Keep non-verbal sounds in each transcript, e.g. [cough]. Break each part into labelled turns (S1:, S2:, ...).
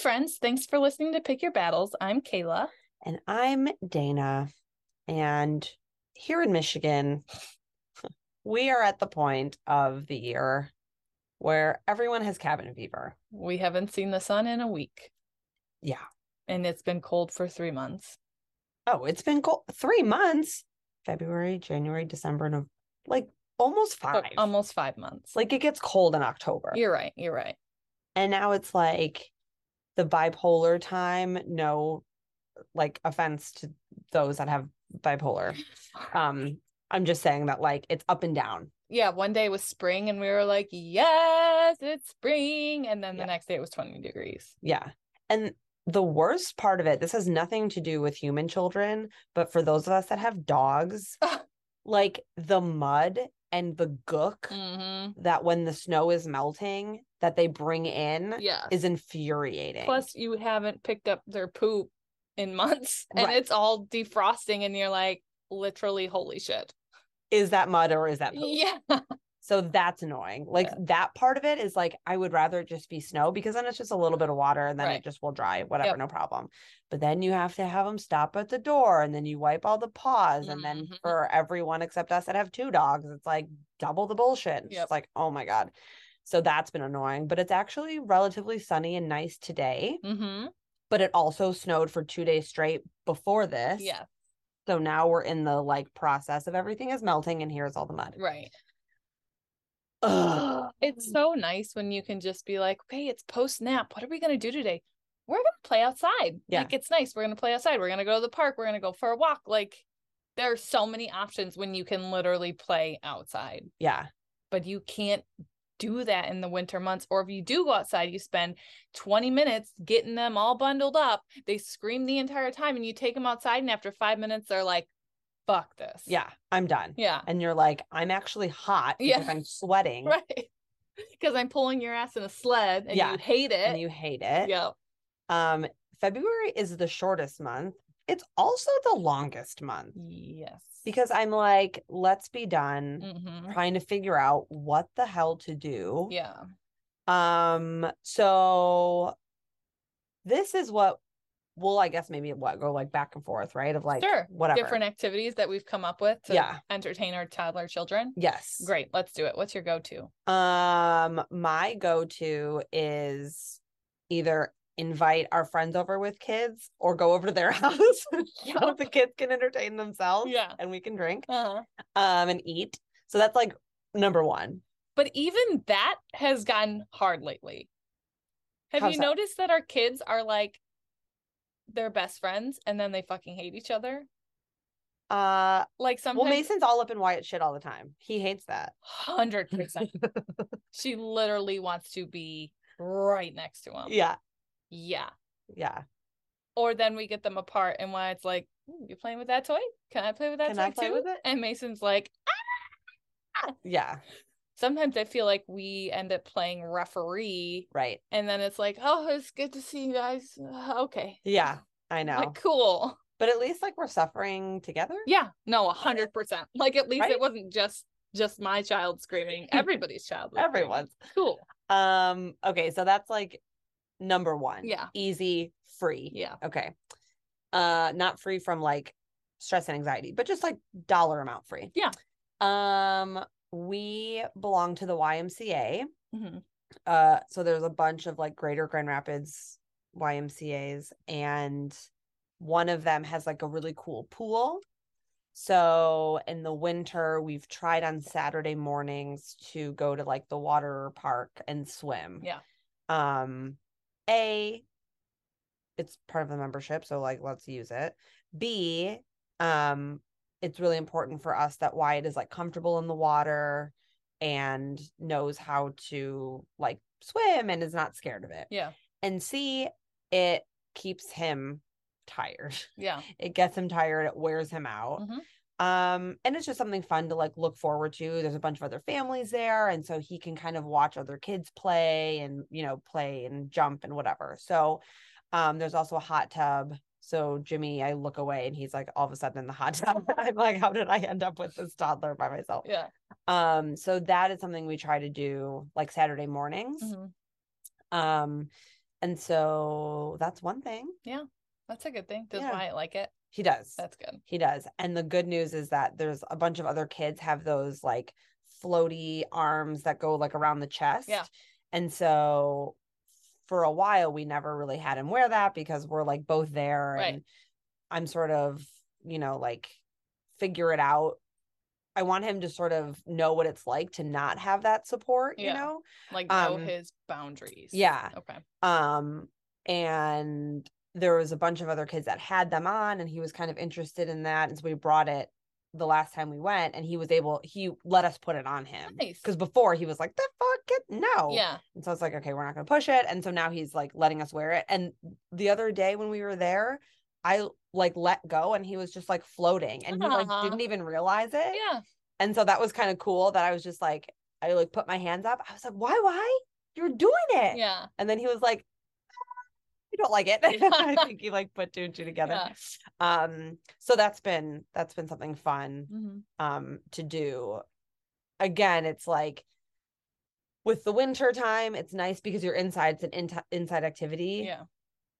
S1: friends. Thanks for listening to Pick Your Battles. I'm Kayla.
S2: And I'm Dana. And here in Michigan, we are at the point of the year where everyone has cabin fever.
S1: We haven't seen the sun in a week,
S2: Yeah.
S1: and it's been cold for three months.
S2: Oh, it's been cold. Three months February, January, December, no, like almost
S1: Oh,
S2: five.
S1: Almost five months.
S2: Like it gets cold in October.
S1: You're right. You're right.
S2: And now it's like the bipolar time. No, like offense to those that have bipolar. Um, I'm just saying that like it's up and down.
S1: Yeah. One day was spring, and we were like, yes, it's spring. And then the
S2: Yeah.
S1: next day it was 20 degrees.
S2: Yeah. And the worst part of it, this has nothing to do with human children, but for those of us that have dogs, like the mud and the gook
S1: hmm
S2: that when the snow is melting that they bring in
S1: Yeah.
S2: is infuriating.
S1: Plus, you haven't picked up their poop in months, and
S2: Right.
S1: it's all defrosting, and you're like, literally, holy shit.
S2: is that mud or is that poop?
S1: [laughs] Yeah.
S2: So that's annoying. Like
S1: Yeah.
S2: that part of it is like I would rather it just be snow because then it's just a little bit of water and then
S1: Right.
S2: it just will dry, whatever,
S1: Yep.
S2: no problem. But then you have to have them stop at the door and then you wipe all the paws and then
S1: Mhm.
S2: for everyone except us that have two dogs, it's like double the bullshit. It's
S1: Yep.
S2: just like, "Oh my god." So that's been annoying, but it's actually relatively sunny and nice today,
S1: Mm-hmm.
S2: but it also snowed for 2 days straight before this.
S1: Yeah.
S2: So now we're in the like process of everything is melting and here's all the mud.
S1: Right.
S2: Ugh.
S1: It's so nice when you can just be like, okay, it's post nap. What are we going to do today? We're going to play outside.
S2: Yeah.
S1: Like, it's nice. We're going to play outside. We're going to go to the park. We're going to go for a walk. Like, there are so many options when you can literally play outside,
S2: Yeah.
S1: but you can't do that in the winter months. Or if you do go outside, you spend 20 minutes getting them all bundled up. They scream the entire time, and you take them outside. And after five minutes, they're like, fuck this.
S2: yeah, I'm done.
S1: Yeah. [laughs]
S2: And you're like, I'm actually hot
S1: Yeah.
S2: because I'm sweating
S1: Right. Because I'm pulling your ass in a sled and
S2: Yeah.
S1: you hate it.
S2: and you hate it.
S1: Yeah.
S2: Um, February is the shortest month. It's also the longest month
S1: Yes.
S2: because I'm like, let's be done [laughs]
S1: hmm
S2: trying to figure out what the hell to do.
S1: Yeah.
S2: Um, so this is what well, I guess maybe what go like back and forth, right? Of like
S1: Sure.
S2: whatever.
S1: Different activities that we've come up with to
S2: Yeah.
S1: entertain our toddler children.
S2: Yes.
S1: Great. Let's do it. What's your go to?
S2: Um, my go-to is either invite our friends over with kids or go over to their [laughs] house so the kids can entertain themselves
S1: Yeah.
S2: and we can drink
S1: Uh-huh.
S2: um and eat. So that's like number one.
S1: But even that has gotten hard lately. Have
S2: How's
S1: you
S2: that?
S1: noticed that our kids are like their best friends and then they fucking hate each other?
S2: Uh
S1: Like sometimes
S2: well Mason's all up in Wyatt shit all the time. He hates that.
S1: [laughs] hundred
S2: [laughs]
S1: percent. She literally wants to be right next to him.
S2: Yeah.
S1: Yeah.
S2: Yeah.
S1: or then we get them apart and why it's like "Ooh, you playing with that toy can i play with that
S2: Can
S1: toy
S2: I play
S1: too
S2: with it?
S1: and mason's like
S2: Yeah.
S1: sometimes i feel like we end up playing referee
S2: Right.
S1: and then it's like oh it's good to see you guys Uh, okay
S2: Yeah. I know.
S1: like cool
S2: but at least like we're suffering together.
S1: yeah no a hundred percent like at least
S2: Right?
S1: it wasn't just just my child
S2: [laughs]
S1: screaming everybody's child was screaming.
S2: Everyone's.
S1: cool
S2: Um, okay, so that's like number one.
S1: Yeah.
S2: Easy, free.
S1: yeah
S2: Okay. Uh not free from like stress and anxiety, but just like dollar amount free.
S1: Yeah.
S2: Um we belong to the YMCA.
S1: hmm
S2: Uh so there's a bunch of like greater Grand Rapids YMCAs and one of them has like a really cool pool. So in the winter we've tried on Saturday mornings to go to like the water park and swim
S1: yeah
S2: um a it's part of the membership so like let's use it b um it's really important for us that wyatt is like comfortable in the water and knows how to like swim and is not scared of it
S1: Yeah.
S2: and c it keeps him tired [laughs]
S1: yeah
S2: it gets him tired it wears him out
S1: Mhm.
S2: um and it's just something fun to like look forward to there's a bunch of other families there and so he can kind of watch other kids play and you know play and jump and whatever so um there's also a hot tub so jimmy i look away and he's like all of a sudden in the hot tub [laughs] i'm like how did i end up with this toddler by myself
S1: yeah
S2: um
S1: Mm-hmm.
S2: so that is something we try to do like saturday mornings
S1: Mhm.
S2: um And so that's one thing.
S1: That's a good thing. Does
S2: Yeah.
S1: Wyatt like it?
S2: He does.
S1: That's good.
S2: He does. And the good news is that there's a bunch of other kids have those like floaty arms that go like around the chest.
S1: Yeah.
S2: And so for a while we never really had him wear that because we're like both there
S1: Right.
S2: and I'm sort of, you know, like figure it out. I want him to sort of know what it's like to not have that support, you
S1: Yeah.
S2: know?
S1: Like know
S2: Um,
S1: his boundaries.
S2: yeah.
S1: Okay.
S2: um and there was a bunch of other kids that had them on and he was kind of interested in that and so we brought it the last time we went and he was able he let us put it on him
S1: Nice.
S2: because before he was like the fuck get no
S1: Yeah.
S2: and so it's like okay we're not going to push it and so now he's like letting us wear it and the other day when we were there i like let go and he was just like floating and he
S1: Aw.
S2: like didn't even realize it
S1: Yeah.
S2: and so that was kind of cool that i was just like i like put my hands up i was like why why you're doing it
S1: Yeah.
S2: and then he was like, "Ah, "You don't like it." [laughs] I think he like put two
S1: [laughs]
S2: and two together.
S1: Yeah.
S2: Um, so that's been that's been something fun
S1: Mhm.
S2: um to do. Again, it's like with the winter time, it's nice because you're inside. It's an in- inside activity,
S1: Yeah.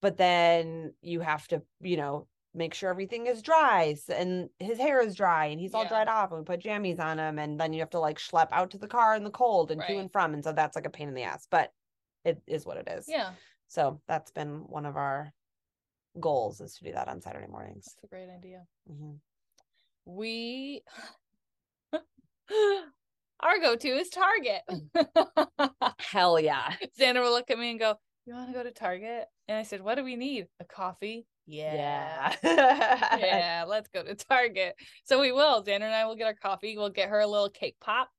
S2: but then you have to, you know, make sure everything is dry s- and his hair is dry and he's all
S1: Yeah.
S2: dried off and we put jammies on him and then you have to like schlep out to the car in the cold and to
S1: Right.
S2: and from and so that's like a pain in the ass, but it is what it is.
S1: Yeah.
S2: So that's been one of our goals is to do that on Saturday mornings.
S1: That's a great idea.
S2: Mhm.
S1: We [laughs] our go-to is Target. [laughs] Uh,
S2: Hell yeah.
S1: Xander will look at me and go, You want to go to Target? And I said, What do we need? A coffee? [laughs]
S2: Yeah. [laughs]
S1: yeah, let's go to Target. So we will. Xander and I will get our coffee. We'll get her a little cake pop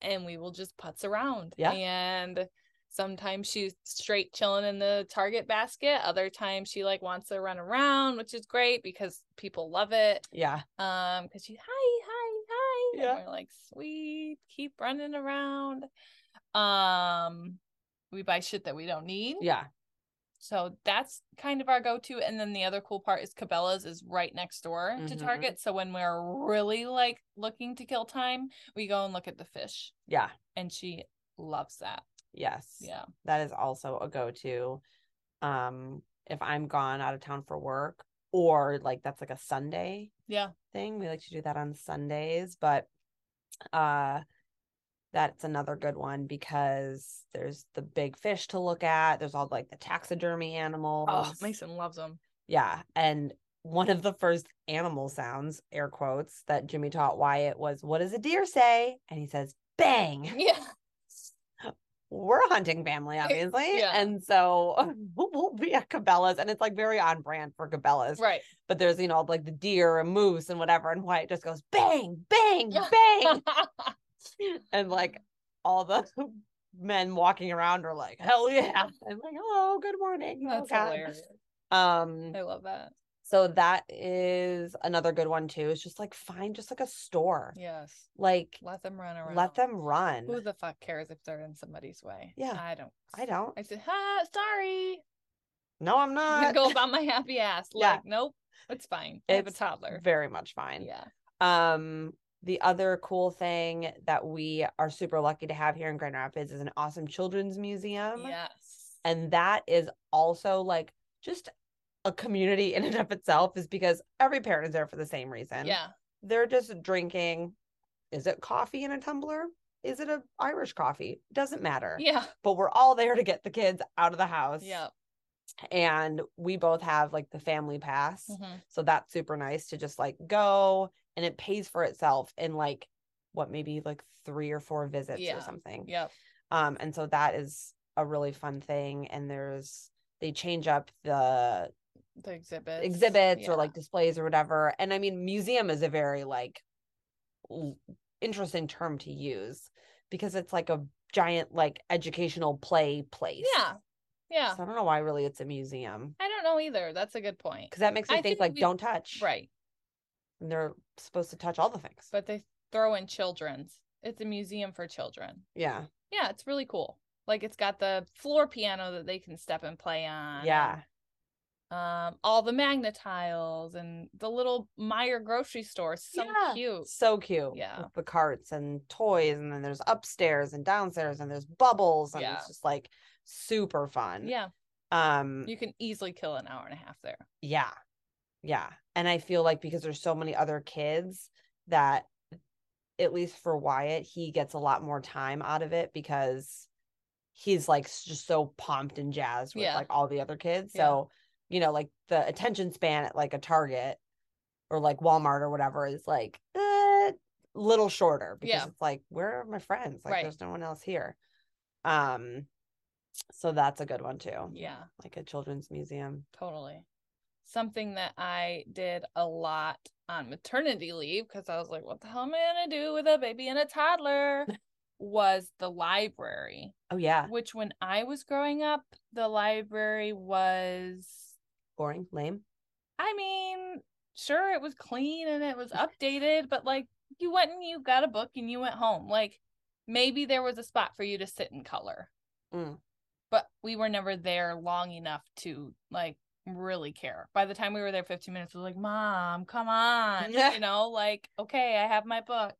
S1: and we will just putz around.
S2: Yeah.
S1: And sometimes she's straight chilling in the Target basket. Other times she like wants to run around, which is great because people love it.
S2: Yeah.
S1: Um, because she hi, hi, hi.
S2: Yeah.
S1: And we're like, sweet, keep running around. Um, we buy shit that we don't need.
S2: Yeah.
S1: So that's kind of our go to. And then the other cool part is Cabela's is right next door to
S2: Mhm.
S1: Target. So when we're really like looking to kill time, we go and look at the fish.
S2: Yeah.
S1: And she loves that.
S2: Yes.
S1: Yeah.
S2: That is also a go-to. Um, if I'm gone out of town for work or like that's like a Sunday
S1: Yeah.
S2: thing. We like to do that on Sundays, but uh that's another good one because there's the big fish to look at. There's all like the taxidermy animals.
S1: Oh, Mason loves them.
S2: Yeah. And one of the first animal sounds, air quotes, that Jimmy taught Wyatt was, What does a deer say? And he says, Bang.
S1: [laughs] Yeah.
S2: We're a hunting family, obviously.
S1: Eh, Yeah.
S2: And so [laughs] we'll be at Cabela's. And it's like very on brand for Cabela's. [laughs]
S1: Right.
S2: But there's, you know, like the deer and moose and whatever. And Wyatt just goes, Bang, bang,
S1: Yeah. [laughs]
S2: bang. and like all the [laughs] men walking around are like, Hell yeah. I'm like, Hello, good morning. you
S1: That's
S2: okay?"
S1: hilarious.
S2: Um,
S1: I love that.
S2: So that is another good one too. It's just like find just like a store.
S1: Yes.
S2: Like
S1: Let them run around.
S2: let them run.
S1: Who the fuck cares if they're in somebody's way?
S2: Yeah.
S1: I don't.
S2: I don't.
S1: I said, ha, sorry. [laughs]
S2: No, I'm
S1: I'm gonna
S2: not. [laughs]
S1: go about my happy ass.
S2: Uh, Yeah.
S1: Like, nope, it's fine. I have a
S2: It's
S1: toddler.
S2: Very much fine.
S1: Yeah.
S2: Um the other cool thing that we are super lucky to have here in Grand Rapids is an awesome children's museum.
S1: Yes.
S2: And that is also like just a community in and of itself is because every parent is there for the same reason. [laughs]
S1: yeah.
S2: they're just drinking is it coffee in a tumbler is it a irish coffee doesn't matter
S1: Yeah.
S2: but we're all there to get the kids out of the house
S1: Yeah.
S2: and we both have like the family pass
S1: Mhm.
S2: so that's super nice to just like go and it pays for itself in like what maybe like three or four visits
S1: Yeah.
S2: or something
S1: Yep.
S2: um and so that is a really fun thing and there's they change up the
S1: The exhibits.
S2: exhibits
S1: Yeah.
S2: or like displays or whatever. And I mean, museum is a very like l- interesting term to use because it's like a giant like educational play place.
S1: Yeah. Yeah.
S2: So I don't know why really it's a museum
S1: I don't know either. That's a good point.
S2: because that makes me
S1: I
S2: think,
S1: think
S2: like
S1: we-
S2: don't touch.
S1: Right.
S2: And they're supposed to touch all the things.
S1: But they throw in children's. It's a museum for children.
S2: yeah.
S1: Yeah, it's really cool. Like it's got the floor piano that they can step and play on.
S2: Yeah.
S1: and, Um, all the magnetiles and the little Meyer grocery store. So
S2: Yeah.
S1: cute.
S2: So cute.
S1: Yeah.
S2: With the carts and toys. And then there's upstairs and downstairs and there's bubbles. And
S1: Yeah.
S2: it's just like super fun.
S1: Yeah.
S2: Um,
S1: You can easily kill an hour and a half there.
S2: yeah. Yeah. And I feel like because there's so many other kids that at least for Wyatt, he gets a lot more time out of it because he's like s- just so pumped and jazzed with
S1: Yeah.
S2: like all the other kids.
S1: Yeah.
S2: So, you know, like the attention span at like a Target or like Walmart or whatever is like a little shorter because
S1: Yeah.
S2: it's like, where are my friends? Like
S1: Right.
S2: there's no one else here. Um, so that's a good one too.
S1: Yeah.
S2: Like a children's museum.
S1: Totally. Something that I did a lot on maternity leave because I was like, what the hell am I going to do with a baby and a toddler? was the library,
S2: Oh yeah.
S1: which when I was growing up, the library was,
S2: Boring, lame.
S1: I mean, sure, it was clean and it was updated, but like you went and you got a book and you went home. Like maybe there was a spot for you to sit and color,
S2: Mm.
S1: but we were never there long enough to like really care. By the time we were there 15 minutes, we were like, Mom, come on. you know, like, okay, I have my book.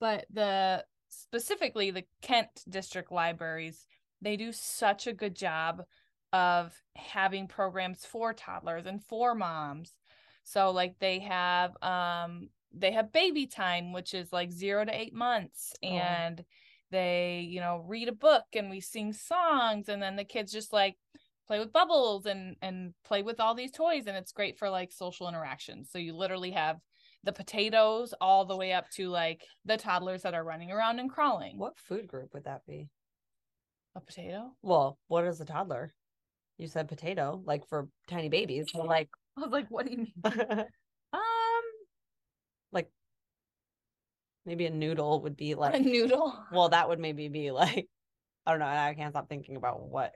S1: But the specifically the Kent District Libraries, they do such a good job of having programs for toddlers and for moms. So like they have um they have baby time, which is like zero to eight months.
S2: Oh.
S1: And they, you know, read a book and we sing songs and then the kids just like play with bubbles and and play with all these toys and it's great for like social interaction. So you literally have the potatoes all the way up to like the toddlers that are running around and crawling.
S2: What food group would that be?
S1: A potato?
S2: Well, what is a toddler? You said potato, like for tiny babies. so, like, [laughs]
S1: I was like, what do you mean? Um
S2: maybe a noodle would be like.
S1: a noodle.
S2: Well, that would maybe be like. I don't know. I can't stop thinking about what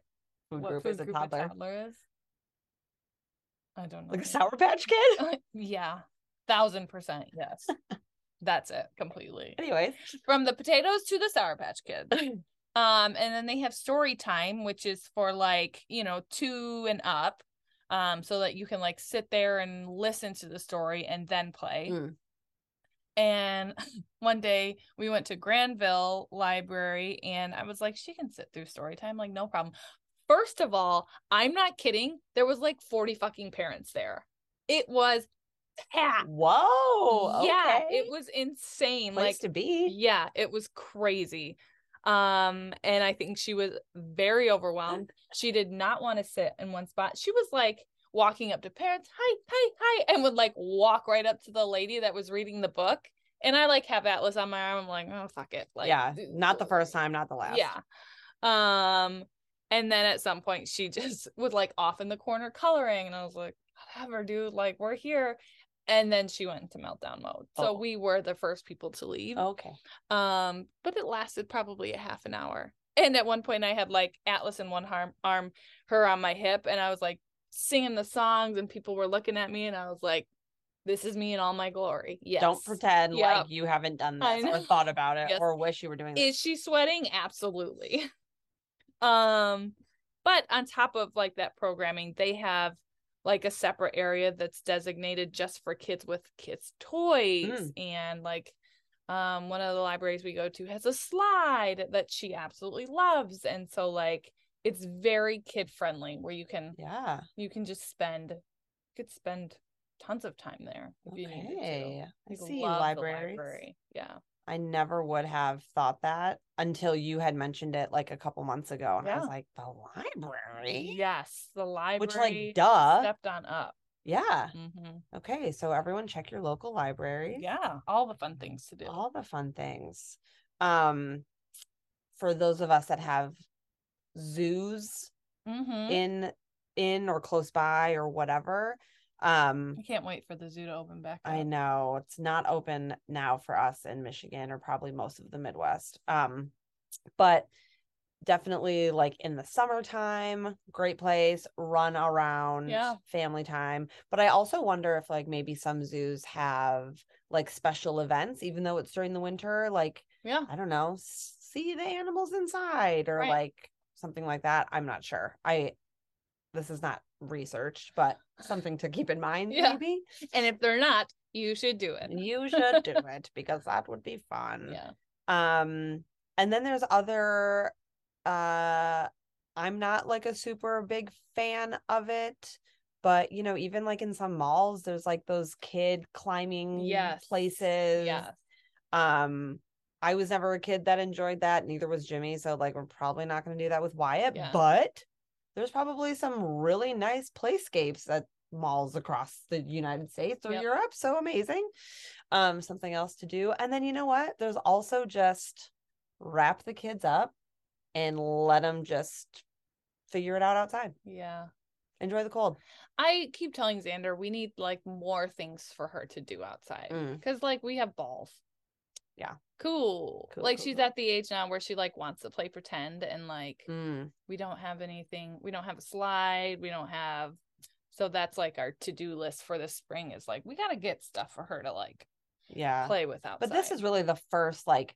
S2: food
S1: what
S2: group
S1: food
S2: is a
S1: group
S2: toddler.
S1: toddler is? I don't know.
S2: [laughs] Like a Sour Patch Kid. [laughs]
S1: [laughs] yeah. Thousand percent. Yes. That's it completely.
S2: Anyways,
S1: From the potatoes to the Sour Patch
S2: [laughs]
S1: Kids. Um, and then they have story time, which is for like, you know, two and up, um, so that you can like sit there and listen to the story and then play.
S2: Mm.
S1: And [laughs] one day we went to Granville Library and I was like, she can sit through story time, like, no problem. First of all, I'm not kidding. There was like 40 fucking parents there. It was packed.
S2: whoa.
S1: Yeah,
S2: Oh, okay.
S1: it was insane.
S2: place
S1: like
S2: to be.
S1: yeah, it was crazy. Um, and I think she was very overwhelmed. She did not want to sit in one spot. She was like walking up to parents, hi, hi, hi, and would like walk right up to the lady that was reading the book. And I like have Atlas on my arm. I'm like, oh fuck it. Like
S2: yeah,
S1: d-
S2: not the
S1: d-
S2: first time, not the last.
S1: yeah. Um, and then at some point she [laughs] just was like off in the corner coloring, and I was like, whatever, dude, like we're here. And then she went into meltdown mode. So
S2: Oh.
S1: we were the first people to leave.
S2: Okay.
S1: Um, but it lasted probably a half an hour. And at one point I had like Atlas in one arm arm, her on my hip, and I was like singing the songs and people were looking at me and I was like, This is me in all my glory. Yes.
S2: Don't pretend
S1: Yep.
S2: like you haven't done
S1: I
S2: this or
S1: know.
S2: thought about it
S1: Yes.
S2: or wish you were doing this.
S1: Is she sweating? Absolutely. [laughs] um, but on top of like that programming, they have like a separate area that's designated just for kids with kids toys
S2: Mm.
S1: and like um one of the libraries we go to has a slide that she absolutely loves and so like it's very kid friendly where you can
S2: Yeah.
S1: you can just spend you could spend tons of time there if you needed to.
S2: Okay. I
S1: People
S2: see you,
S1: love the
S2: libraries.
S1: library. yeah
S2: I never would have thought that until you had mentioned it like a couple months ago. And I was
S1: Yeah.
S2: like, the library?
S1: yes the library
S2: Which, like, duh.
S1: stepped on up
S2: yeah.
S1: hmm
S2: Okay. So everyone check your local library.
S1: yeah all the fun things to do
S2: All the fun things. Um, for those of us that have zoos
S1: mm-hmm.
S2: in in or close by or whatever, um,
S1: i can't wait for the zoo to open back up
S2: I know it's not open now for us in Michigan or probably most of the Midwest. Um, but definitely like in the summertime, great place, run around,
S1: Yeah.
S2: family time. But I also wonder if like maybe some zoos have like special events, even though it's during the winter, like
S1: yeah
S2: I don't know, see the animals inside or
S1: Right.
S2: like something like that. I'm not sure. I this is not researched, but something to keep in mind,
S1: Yeah.
S2: maybe
S1: and if they're not you should do [laughs] it
S2: you should do it because that would be fun
S1: yeah
S2: um and then there's other uh I'm not like a super big fan of it. But you know, even like in some malls, there's like those kid climbing
S1: Yes.
S2: places.
S1: Yes.
S2: Um, I was never a kid that enjoyed that. Neither was Jimmy. So like, we're probably not going to do that with Wyatt.
S1: Yeah.
S2: But there's probably some really nice playscapes at malls across the United States or
S1: Yep.
S2: Europe. So amazing. Um, something else to do. And then you know what? There's also just wrap the kids up and let them just figure it out outside.
S1: Yeah.
S2: Enjoy the cold.
S1: I keep telling Xander we need like more things for her to do outside
S2: Mm.
S1: because like we have balls.
S2: Yeah.
S1: Cool.
S2: Cool,
S1: like
S2: cool,
S1: she's
S2: cool.
S1: at the age now where she like wants to play pretend and like
S2: Mm.
S1: we don't have anything. We don't have a slide. We don't have. So that's like our to do list for this spring is like we gotta get stuff for her to like
S2: Yeah.
S1: play with outside.
S2: But this is really the first like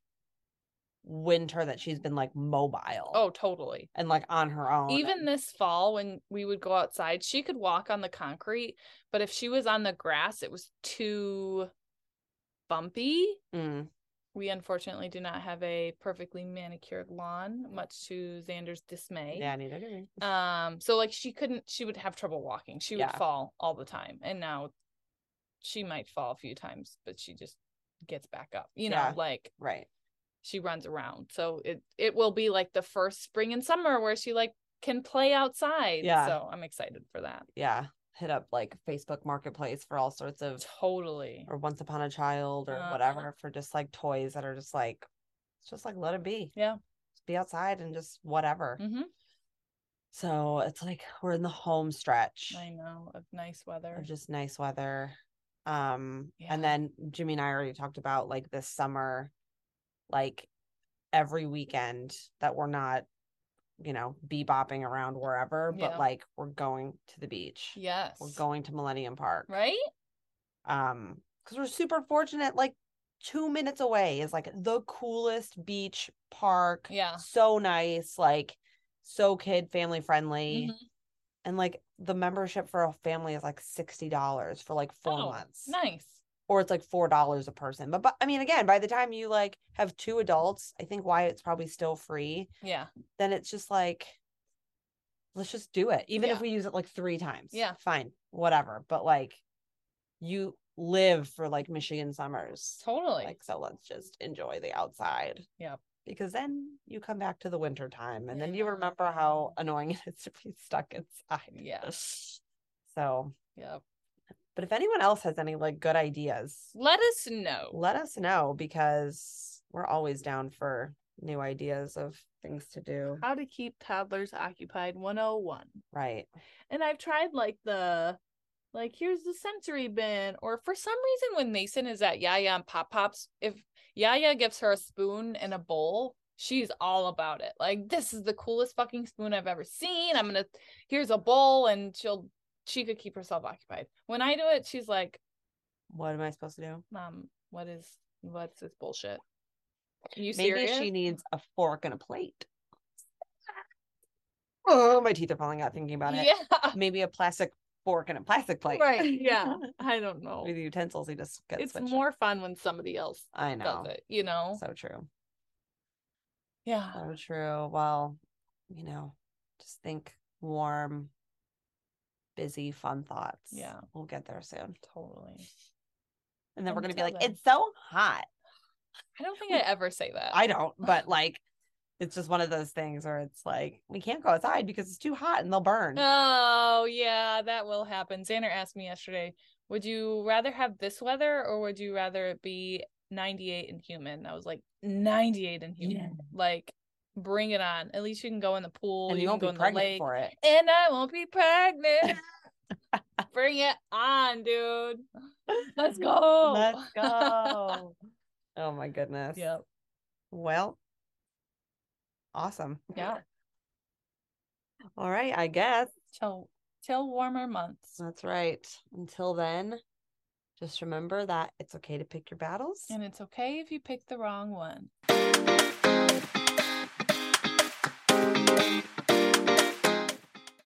S2: winter that she's been like mobile.
S1: oh totally.
S2: and like on her own.
S1: Even
S2: the-
S1: this fall, when we would go outside, she could walk on the concrete, but if she was on the grass, it was too bumpy.
S2: Mm.
S1: We unfortunately do not have a perfectly manicured lawn, much to Xander's dismay.
S2: yeah, neither do we.
S1: Um, so like she couldn't, she would have trouble walking. She
S2: Yeah.
S1: would fall all the time, and now she might fall a few times, but she just gets back up. You know,
S2: Yeah.
S1: like
S2: Right.
S1: she runs around. So it it will be like the first spring and summer where she like can play outside.
S2: Yeah.
S1: So I'm excited for that.
S2: Yeah. Hit up like Facebook Marketplace for all sorts of
S1: Totally.
S2: or Once Upon a Child or
S1: Uh-huh.
S2: whatever for just like toys that are just like it's just like let it be.
S1: Yeah.
S2: Just be outside and just whatever.
S1: hmm
S2: So it's like we're in the home stretch
S1: I know of nice
S2: of
S1: weather.
S2: just nice weather. Um
S1: Yeah.
S2: and then Jimmy and I already talked about like this summer like every weekend that we're not you know bebopping around wherever
S1: Yeah.
S2: but like we're going to the beach.
S1: Yes.
S2: We're going to Millennium Park.
S1: [laughs] right?
S2: Um, because we're super fortunate. Like two minutes away is like the coolest beach park.
S1: Yeah.
S2: So nice, like so kid family friendly.
S1: Mhm.
S2: And like the membership for a family is like sixty dollars for like four
S1: Oh,
S2: months.
S1: Nice.
S2: Or it's like four dollars a person. But but I mean again, by the time you like have two adults, I think why it's probably still free,
S1: Yeah.
S2: then it's just like let's just do it. Even
S1: Yeah.
S2: if we use it like three times.
S1: Yeah.
S2: Fine. Whatever. But like you live for like Michigan summers.
S1: Totally.
S2: Like so let's just enjoy the outside.
S1: Yep.
S2: Because then you come back to the winter time and then you
S1: Yeah.
S2: remember how annoying [laughs] it is to be stuck inside.
S1: Yes.
S2: So
S1: yep.
S2: but if anyone else has any like good ideas,
S1: Let us know.
S2: let us know because we're always down for new ideas of things to do.
S1: How to keep toddlers occupied 101.
S2: Right.
S1: And I've tried like the like here's the sensory bin or for some reason when Mason is at Yaya and Pop Pops if Yaya gives her a spoon and a bowl she's all about it like this is the coolest fucking spoon I've ever seen I'm gonna here's a bowl and she'll she could keep herself occupied when I do it she's like
S2: What am I supposed to do?
S1: mom what is what's this bullshit you
S2: Maybe
S1: serious
S2: she needs a fork and a plate. [laughs] Oh, my teeth are falling out thinking about it.
S1: yeah [laughs]
S2: Maybe a plastic fork and a plastic plate. [laughs]
S1: right yeah I don't know
S2: With the utensils, you just get
S1: it's
S2: switched up.
S1: more fun when somebody else
S2: I know.
S1: does it you know
S2: So true.
S1: yeah
S2: So true. Well, you know, just think warm, busy, fun thouts.
S1: Yeah.
S2: We'll get there soon.
S1: totally
S2: And then we're gonna be
S1: Until
S2: like,
S1: then.
S2: it's so hot.
S1: I don't think
S2: We-
S1: I ever say that.
S2: I don't, but like it's just one of those things where it's like, we can't go outside because it's too hot and they'll burn.
S1: Oh yeah, that will happen. Xander asked me yesterday, "Would you rather have this weather, or would you rather it be 98 and humid?" And I was like, "98 and humid,
S2: Yeah.
S1: like bring it on. At least you can go in the pool,
S2: and you,
S1: can
S2: won't
S1: go
S2: be
S1: in the
S2: pregnant
S1: lake,
S2: for it.
S1: and I won't be
S2: [laughs]
S1: pregnant. bring it on, dude. Let's go. [laughs]
S2: Let's go. oh my goodness.
S1: yep.
S2: Well, awesome.
S1: Yeah.
S2: All right, I guess.
S1: Till till warmer months,
S2: That's right. Until then, just remember that it's okay to pick your battles.
S1: and it's okay if you pick the wrong one.